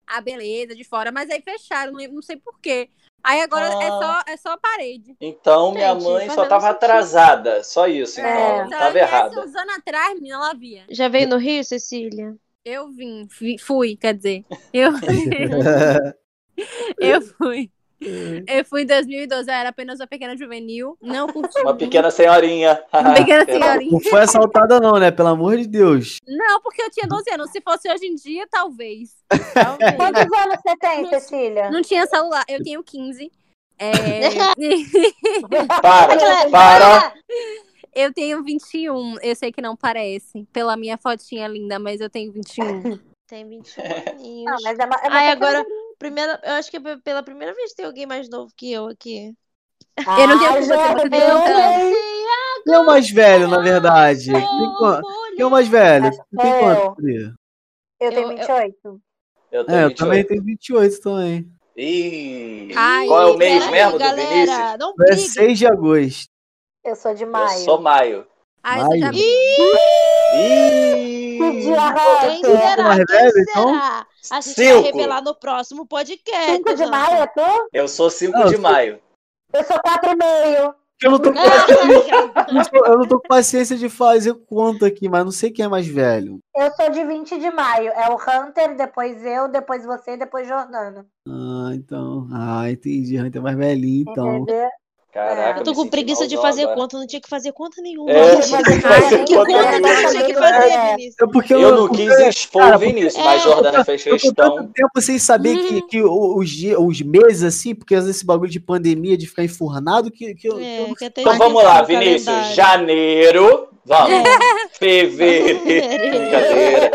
S3: a beleza de fora, mas aí fecharam, não- não sei porquê. Aí agora é, só, é só parede.
S5: Então minha
S2: Gente,
S5: mãe
S2: faz
S5: só
S2: menos
S5: tava
S2: sentido.
S5: atrasada, só isso, então,
S1: É.
S3: Tá
S5: ela não tava errada.
S3: Uns anos atrás, menina, ela via.
S2: Já veio no Rio, Cecília?
S3: Eu vim, fi- fui, quer dizer. Eu, eu fui. Eu fui em 2012, eu era apenas uma pequena juvenil. Não curti.
S5: Uma pequena senhorinha.
S3: Uma pequena senhorinha.
S4: Não foi assaltada, não, né? Pelo amor de Deus.
S3: Não, porque eu tinha 12 anos. Se fosse hoje em dia, talvez. Talvez.
S1: Quantos anos você tem,
S3: Não-
S1: Cecília?
S3: Não tinha celular. Eu tenho 15. É,
S5: Para,
S2: Aquela-
S5: para.
S3: eu tenho 21. Eu sei que não parece pela minha fotinha linda, mas eu tenho 21.
S2: Tem 21 aninhos.
S1: Não, mas é uma, é uma
S2: Ai,
S1: pequena-
S2: agora, primeira, eu acho que é pela primeira vez tem alguém mais novo que eu aqui.
S3: Eu não tenho
S1: Ah,
S3: culpa, você
S1: Jota,
S2: é
S3: tem
S1: meu
S3: tantos anos.
S1: Deus.
S4: Quem é o mais velho, na verdade?
S2: Sou
S4: Quem, qu-
S2: mulher.
S4: quem é o mais velho? Tem
S1: Eu.
S4: quanto? Pri?
S1: Eu tenho
S2: Eu- eu-
S1: 28.
S5: Eu tô
S4: É, eu
S5: mentindo.
S4: também tenho 28 também.
S5: Ih,
S3: Ai,
S5: qual é o
S2: Peraí,
S5: mês
S2: peraí,
S5: mesmo do
S2: galera,
S5: Vinícius?
S2: Não
S4: É
S2: brigue.
S4: 6 de agosto.
S1: Eu sou de
S5: Eu
S1: maio.
S5: sou maio.
S3: Aí você Ah, já
S4: Maio.
S1: Que
S5: Ih,
S1: dia
S2: Quem
S1: rato.
S2: será?
S4: Mais
S2: Quem
S4: velho, então?
S2: será? A gente vai
S5: Cinco.
S2: revelar no próximo podcast.
S1: 5 de
S2: Hunter.
S1: maio eu tô?
S5: eu sou 5
S4: Não,
S5: de
S4: eu-
S5: maio.
S1: Eu sou 4 e meio.
S4: Eu não tô
S5: é
S4: com
S2: Ah,
S4: Eu não tô- Eu não tô com paciência de fazer conta aqui, mas não sei quem é mais velho.
S1: Eu sou de 20 de maio. É o Hunter, depois eu, depois você, depois Jordana.
S4: Ah, então. Ah, entendi. Hunter é mais velhinho, então.
S1: Entendeu?
S5: Caraca,
S2: eu tô
S5: me
S2: com
S5: senti
S2: preguiça de
S5: malzão
S2: fazer
S5: agora.
S2: conta, não tinha que fazer conta nenhuma.
S5: É,
S2: Gente,
S5: tinha
S1: Ai,
S5: que fazer
S1: que
S2: que
S1: conta
S5: conta
S2: conta
S5: nenhuma.
S2: não tinha que
S1: nenhuma.
S2: fazer,
S1: É.
S4: É
S2: Vinícius.
S4: porque
S5: Eu não quis
S4: porque-
S5: expor
S4: cara,
S5: o Vinícius,
S2: porque-
S5: mas
S2: É.
S5: Jordana fez
S4: Eu tô tanto
S5: questão.
S4: tempo sem saber que, que o- os, dias- os meses, assim, porque às vezes esse bagulho de pandemia, de ficar enfurnado, que, que eu, que eu
S2: É,
S4: não
S2: que até
S5: Então
S2: esqueci
S5: vamos lá,
S2: o
S5: Vinícius.
S2: calendário.
S5: Janeiro. Vamos.
S2: É.
S5: Fevereiro. Brincadeira.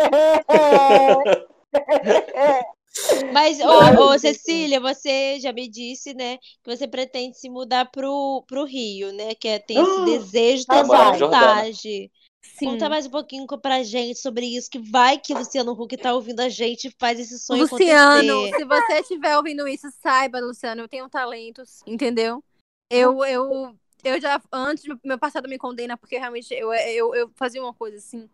S2: Mas, ô, ô, Cecília, você já me disse, né, que você pretende se mudar pro, pro Rio, né? Que é, tem esse desejo
S1: Vai,
S2: da
S1: vai.
S2: vontade.
S3: Sim.
S2: Conta mais um pouquinho co- pra gente sobre isso, que vai que Luciano Huck tá ouvindo a gente e faz esse sonho
S3: Luciano,
S2: acontecer.
S3: se você estiver ouvindo isso, saiba, Luciano, eu tenho talentos, entendeu? Eu, eu, eu já, antes, meu passado me condena, porque realmente eu, eu, eu fazia uma coisa assim,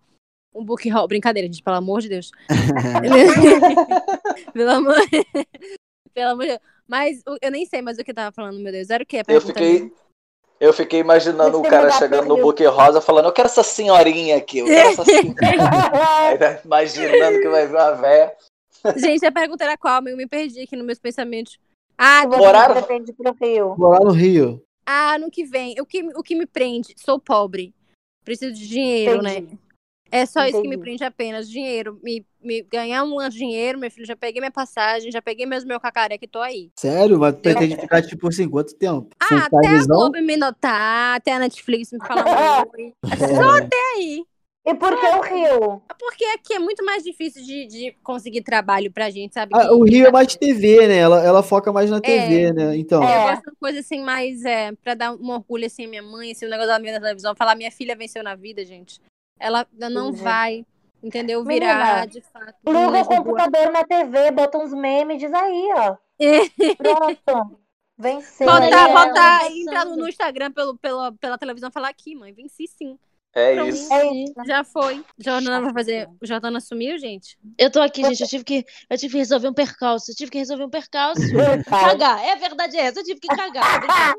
S3: um book haul, brincadeira, gente, pelo amor de Deus. pelo amor, pelo amor de Deus. Mas o- eu nem sei mais o que eu tava falando, meu Deus. Era o que?
S5: Eu fiquei. Eu fiquei imaginando o
S1: Você
S5: cara
S1: me dá
S5: chegando no
S1: permissão.
S5: buquê rosa falando, eu quero essa senhorinha aqui, eu quero essa senhorinha.
S1: É.
S5: Aí tá imaginando que vai vir uma véia.
S3: Gente, a pergunta era qual, eu me perdi aqui nos meus pensamentos. Ah,
S1: Você
S5: Moraram-
S1: depende pro Rio.
S4: Morar no Rio.
S3: Ah, ano que vem. O que, o que me prende? Sou pobre. Preciso de dinheiro, né?
S1: Entendi.
S3: É só isso que me
S1: Entendi.
S3: prende apenas. Dinheiro. Me, me ganhar um dinheiro, meu filho. Já peguei minha passagem, já peguei meus meu cacaré que tô aí.
S4: Sério? Mas pretende ficar, tipo, assim, quanto tempo? Sem
S3: Ah, até a
S4: televisão?
S3: Globo me notar, até a Netflix me falar um oi. É Só até aí.
S1: E por que o Rio?
S3: É Porque aqui é muito mais difícil de, de conseguir trabalho pra gente, sabe?
S4: Ah,
S3: Que-
S4: o Rio é mais TV, né? Ela, ela foca mais na TV, né? Então,
S3: Eu
S1: É.
S3: gosto de uma coisa assim, mais é, pra dar um orgulho assim, à minha mãe, assim, um negócio da minha na televisão, falar minha filha venceu na vida, gente. Ela não
S1: Pois é.
S3: vai, entendeu? Virar,
S1: Menina,
S3: de fato.
S1: Pluga
S3: meninas
S1: o
S3: de boa.
S1: computador na TV, bota uns memes, diz aí, ó. Pronto. Venceu. É
S3: Botar,
S2: Ela
S3: botar,
S2: avançando.
S3: entrar no no Instagram pelo, pela, pela televisão e falar aqui, mãe, venci sim.
S5: É
S3: Pronto.
S5: isso.
S1: É
S2: Sim.
S3: Já foi. Jordana vai fazer. Jordana sumiu, gente?
S2: Eu tô aqui, gente. Eu tive, que, eu tive que resolver um percalço. Eu tive que resolver um percalço.
S1: isso.
S2: Cagar. É verdade essa. Eu tive que cagar. Obrigada.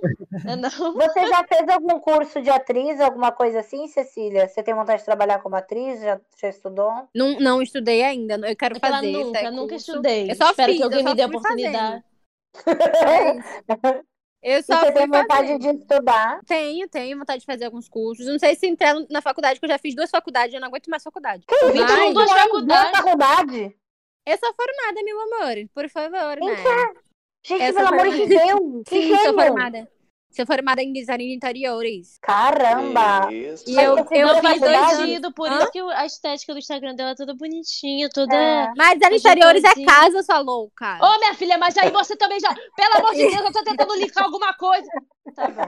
S2: É, Não.
S1: Você já fez algum curso de atriz, alguma coisa assim, Cecília? Você tem vontade de trabalhar como atriz? Já, já estudou?
S3: Não, não estudei ainda. Eu quero
S2: Ela
S3: fazer.
S2: nunca,
S3: tá,
S2: nunca
S3: curso.
S2: estudei.
S3: Eu só
S2: Espero
S3: fiz,
S2: que alguém
S3: eu só
S2: me dê a
S3: fui
S2: oportunidade.
S3: É isso. Eu
S1: E
S3: só assim.
S1: você
S3: fui
S1: tem vontade
S3: fazer.
S1: de estudar?
S3: Tenho, tenho vontade de fazer alguns cursos. Não sei se entrar na faculdade, que eu já fiz duas faculdades, eu não aguento mais faculdade.
S1: Que
S2: Vitor
S1: isso? Você
S2: não gosta de
S1: é
S2: faculdade.
S1: da faculdade?
S3: Eu sou formada, meu amor. Por favor,
S1: Em
S3: né?
S1: Gente,
S3: Essa
S1: Então é pelo amor de Deus! Que
S3: Sim, sou
S1: gênio!
S3: formada. Sou formada em design de interiores.
S1: Caramba!
S5: É Isso.
S3: E
S1: Mas
S3: eu,
S1: você
S3: eu
S1: não
S2: Não
S3: fiz
S1: faz
S2: faz
S3: dois
S1: faculdade?
S3: anos.
S2: sentido. Por
S3: Hã?
S2: isso que a estética do Instagram dela é toda bonitinha, toda.
S1: É.
S3: Mas design
S2: Hoje eu tô
S3: de
S2: Oh!
S3: interiores é
S2: assim.
S3: casa, sua louca.
S2: Ô, minha filha, mas aí você também já. Pelo amor de Deus, eu tô tentando linkar alguma coisa. Tá bom.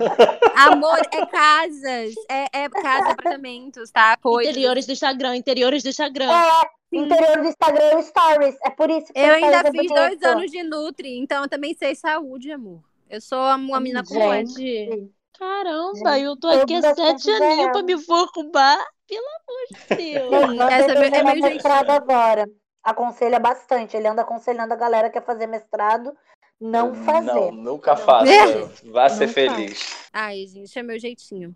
S3: Amor, é casas. É, é casa, apartamentos, tá? Coisas.
S2: Interiores do Instagram, interiores do Instagram.
S1: É, interior do Instagram, stories. É por isso que
S3: Eu
S1: tem
S3: ainda
S1: coisa
S3: fiz
S1: bonita.
S3: dois anos de Nutri, então eu também sei saúde, amor. Eu sou uma menina com
S1: Gente.
S2: Gente, caramba,
S1: Gente,
S2: eu tô aqui
S1: todas
S2: há sete
S1: essas
S2: aninhos pra
S1: elas.
S2: me formar. Pelo amor de Deus.
S1: Meu irmão
S3: Essa é
S1: tá
S3: meio- é
S1: fazendo
S3: meio jeitinho.
S1: mestrado agora. Aconselha bastante. Ele anda aconselhando a galera que quer fazer mestrado não fazer.
S5: Hum, Não, nunca
S2: Não
S5: faça.
S3: fazer.
S5: Vá ser
S1: Não
S5: feliz.
S3: Ai, gente, é meu jeitinho.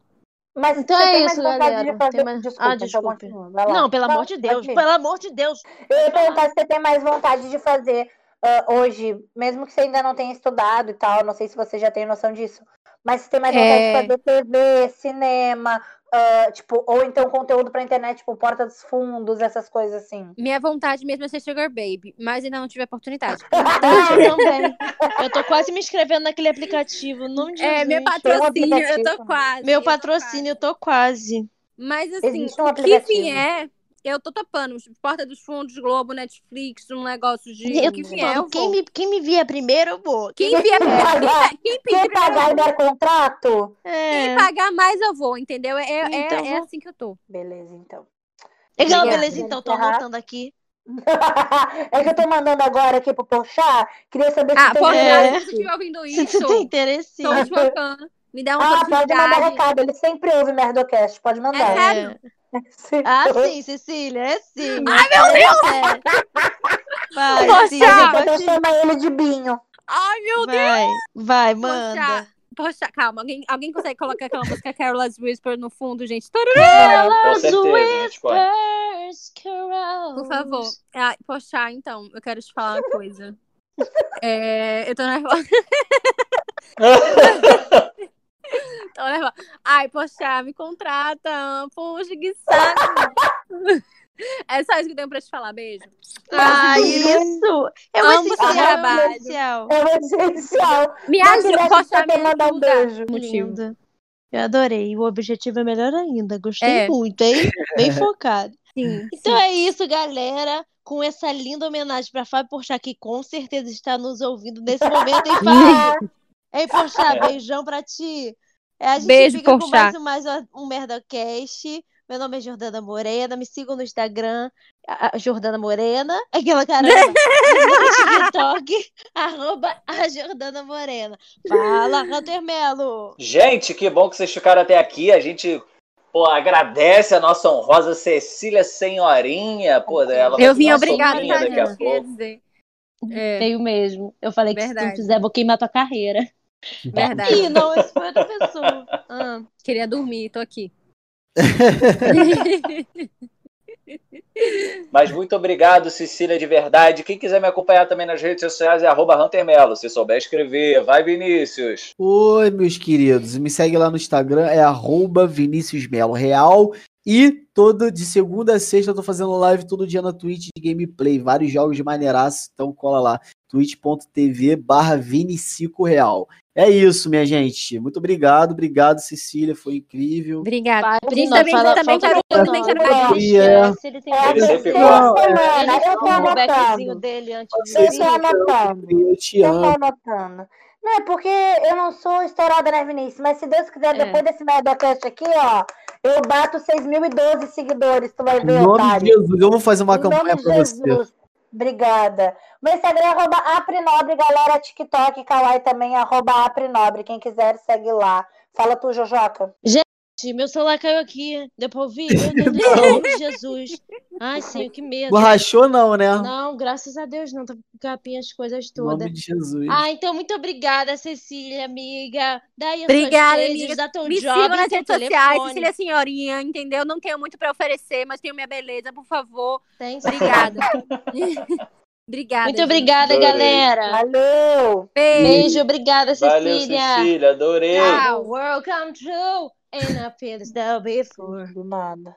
S1: Mas
S2: Então
S1: você
S2: é
S1: tem
S2: isso,
S1: mais vontade
S2: galera.
S1: de fazer.
S2: Tem mais-
S1: Desculpa,
S2: Ah,
S1: então
S2: desculpa.
S1: continua, vai lá.
S2: Não, pelo amor de Deus,
S1: pode ir.
S2: pelo amor de Deus.
S1: Eu ia perguntar se você tem mais vontade de fazer ah, hoje, mesmo que você ainda não tenha estudado e tal, não sei se você já tem noção disso, mas se tem mais
S3: É.
S1: vontade de fazer TV, cinema, ah, tipo, ou então conteúdo pra internet, tipo Porta dos Fundos, essas coisas assim.
S3: Minha vontade mesmo é ser Sugar Baby, mas ainda não tive a oportunidade.
S2: Eu Ah, também. Eu tô quase me inscrevendo naquele aplicativo. Não de
S3: É, meu
S2: Jesus.
S3: patrocínio, eu
S1: aplicativo,
S3: tô
S1: né?
S3: quase. eu
S2: Meu
S3: tô
S2: patrocínio, eu tô quase.
S3: quase. Mas assim,
S1: Existe um
S3: o que
S1: aplicativo.
S3: vier, eu tô topando. Porta dos Fundos, Globo, Netflix, um negócio de. O que vier, eu
S2: quem,
S3: vou.
S2: me, quem me via primeiro, eu vou.
S3: Quem vier primeiro, quem, pedir
S1: Quem
S3: primeiro,
S1: pagar e dar contrato?
S3: quem
S2: É.
S3: pagar mais, eu vou, entendeu? É, é,
S2: Então,
S3: é
S2: vou-
S3: assim que eu tô.
S1: Beleza, então.
S2: Legal,
S1: Obrigada.
S2: beleza, então, tô
S1: Aham.
S2: anotando aqui.
S1: é que eu tô mandando agora aqui pro Porchat, queria saber se
S3: Ah,
S1: tem
S3: por
S2: É.
S3: é.
S1: interesse.
S3: se você estiver ouvindo
S2: Se você
S3: isso,
S2: tem interesse. É.
S3: sou sua fã. Me dá uma
S1: Ah, pode mandar
S3: oportunidade.
S1: recado, ele sempre ouve Merdocast, pode
S3: É
S1: mandar.
S3: sério?
S1: Sim.
S2: Ah, sim, Cecília, é sim. Ai, meu Deus! Vai,
S3: Poxa!
S2: Cecília,
S1: Então
S2: continua.
S1: chama ele de Binho.
S3: Ai, meu
S2: Vai, vai, manda.
S3: Poxa, poxa, calma. Alguém, alguém consegue colocar aquela música Carol's Whisper no fundo, gente?
S5: Com
S2: As
S5: certeza, gente, pode.
S2: whispers, carols.
S3: Por favor. Ah, poxa, então, eu quero te falar uma coisa. É, eu tô nervosa. tô nervosa. Ai, poxa, me contrata. Poxa, que saco. é só isso que eu tenho pra te falar. Beijo.
S2: Ah, isso! É um
S3: Amo seu
S2: essencial,
S3: trabalho.
S2: é essencial.
S1: É o essencial.
S3: Me
S1: Mas ele acha
S3: ajuda,
S1: que
S3: poxa,
S1: saber
S3: me
S1: mandar um
S3: ajuda.
S1: beijo.
S3: Motivo.
S2: Lindo. Eu adorei. O objetivo é melhor ainda. Gostei
S3: É.
S2: muito, hein? Bem focado.
S3: Sim.
S2: Então é isso, galera. Com essa linda homenagem para Fábio Porchat, que com certeza está nos ouvindo nesse momento, hein, Fábio? Ei, Porchat, beijão pra ti. É, a gente
S3: Beijo,
S2: fica com
S3: Porchat.
S2: mais, um- mais um Merdocast. Meu nome é Jordana Morena, me sigam no Instagram, a- a- Jordana Morena, É aquela caramba, no TikTok, arroba a Jordana Morena. Fala, Hunter Melo!
S5: Gente, que bom que vocês ficaram até aqui. A gente pô, agradece a nossa honrosa Cecília Senhorinha. Pô, ela vai
S3: Eu
S5: ser
S3: vim
S5: nossa
S3: obrigada,
S5: sobrinha
S3: tá,
S5: daqui a
S3: gente? Queria
S5: pouco.
S3: dizer. É,
S2: Veio mesmo. Eu falei que se
S3: Verdade.
S2: tu fizer, vou queimar tua carreira.
S3: verdade.
S2: Ih, não, isso foi outra pessoa. Ah.
S3: Queria dormir, tô aqui.
S5: Mas muito obrigado, Cecília, de verdade. Quem quiser me acompanhar também nas redes sociais é arroba Hunter Melo. Se souber escrever, vai, Vinícius.
S4: Oi, meus queridos. Me segue lá no Instagram, é arroba Vinícius Melo Real. E todo de segunda a sexta eu tô fazendo live todo dia na Twitch de gameplay, vários jogos de maneiraço, então cola lá, twitch.tv barra Vinicico Real. É isso, minha gente. Muito obrigado, obrigado, Cecília, foi incrível.
S3: Obrigada.
S2: Vai,
S3: A gente
S2: Brina,
S3: também,
S2: fala-
S3: também
S2: fala
S3: quero,
S2: pra
S3: também
S2: nós.
S3: quero
S1: Fala.
S4: Obrigado. Terceira.
S3: agradecer.
S2: Se ele tem
S1: É a
S5: Ele
S2: algum-
S5: sempre
S1: terceira
S5: gosta.
S1: semana,
S2: Ele
S1: eu tô
S2: fala um
S1: anotando.
S2: feedbackzinho dele antes de
S1: Eu tô
S2: vir.
S1: anotando.
S4: Eu te
S1: Eu tô
S4: amo.
S1: anotando. Não, é porque eu não sou estourada, né, Vinícius? Mas se Deus quiser,
S2: É.
S1: depois desse Nerdocast aqui, ó, eu bato 6.012 seguidores, tu vai
S4: Em
S1: ver,
S4: nome de
S1: otário.
S4: Jesus, eu vou fazer uma
S1: Em nome
S4: campanha
S1: de
S4: pra você.
S1: Jesus. Obrigada. Meu Instagram é arroba aprinobre, galera, TikTok, Kawaii também, arroba aprinobre. Quem quiser, segue lá. Fala tu, Jojoca.
S2: Gente, Meu celular caiu aqui. Deu pra ouvir? Meu Deus do céu, Jesus. Ai, sim, que medo.
S4: Borrachou não, né?
S2: Não, graças a Deus, não. Tá capinha as coisas
S4: Em nome
S2: todas.
S4: de Jesus.
S2: Ah, então muito obrigada, Cecília, amiga. Daí as
S3: Obrigada,
S2: suas redes,
S3: amiga.
S2: dá teu
S3: Me
S2: job,
S3: sigam nas
S2: teu
S3: redes sociais,
S2: telefone.
S3: Cecília Senhorinha, entendeu? Não tenho muito pra oferecer, mas tenho minha beleza, por favor.
S2: Tem sim.
S3: Obrigada. obrigada.
S2: Muito
S3: gente.
S2: obrigada,
S5: Adorei.
S2: galera.
S1: Valeu!
S3: Beijo.
S2: Beijo, obrigada,
S5: Valeu, Cecília. Adorei.
S3: Tchau.
S2: World come true. And I feel as though before.
S1: Do nada.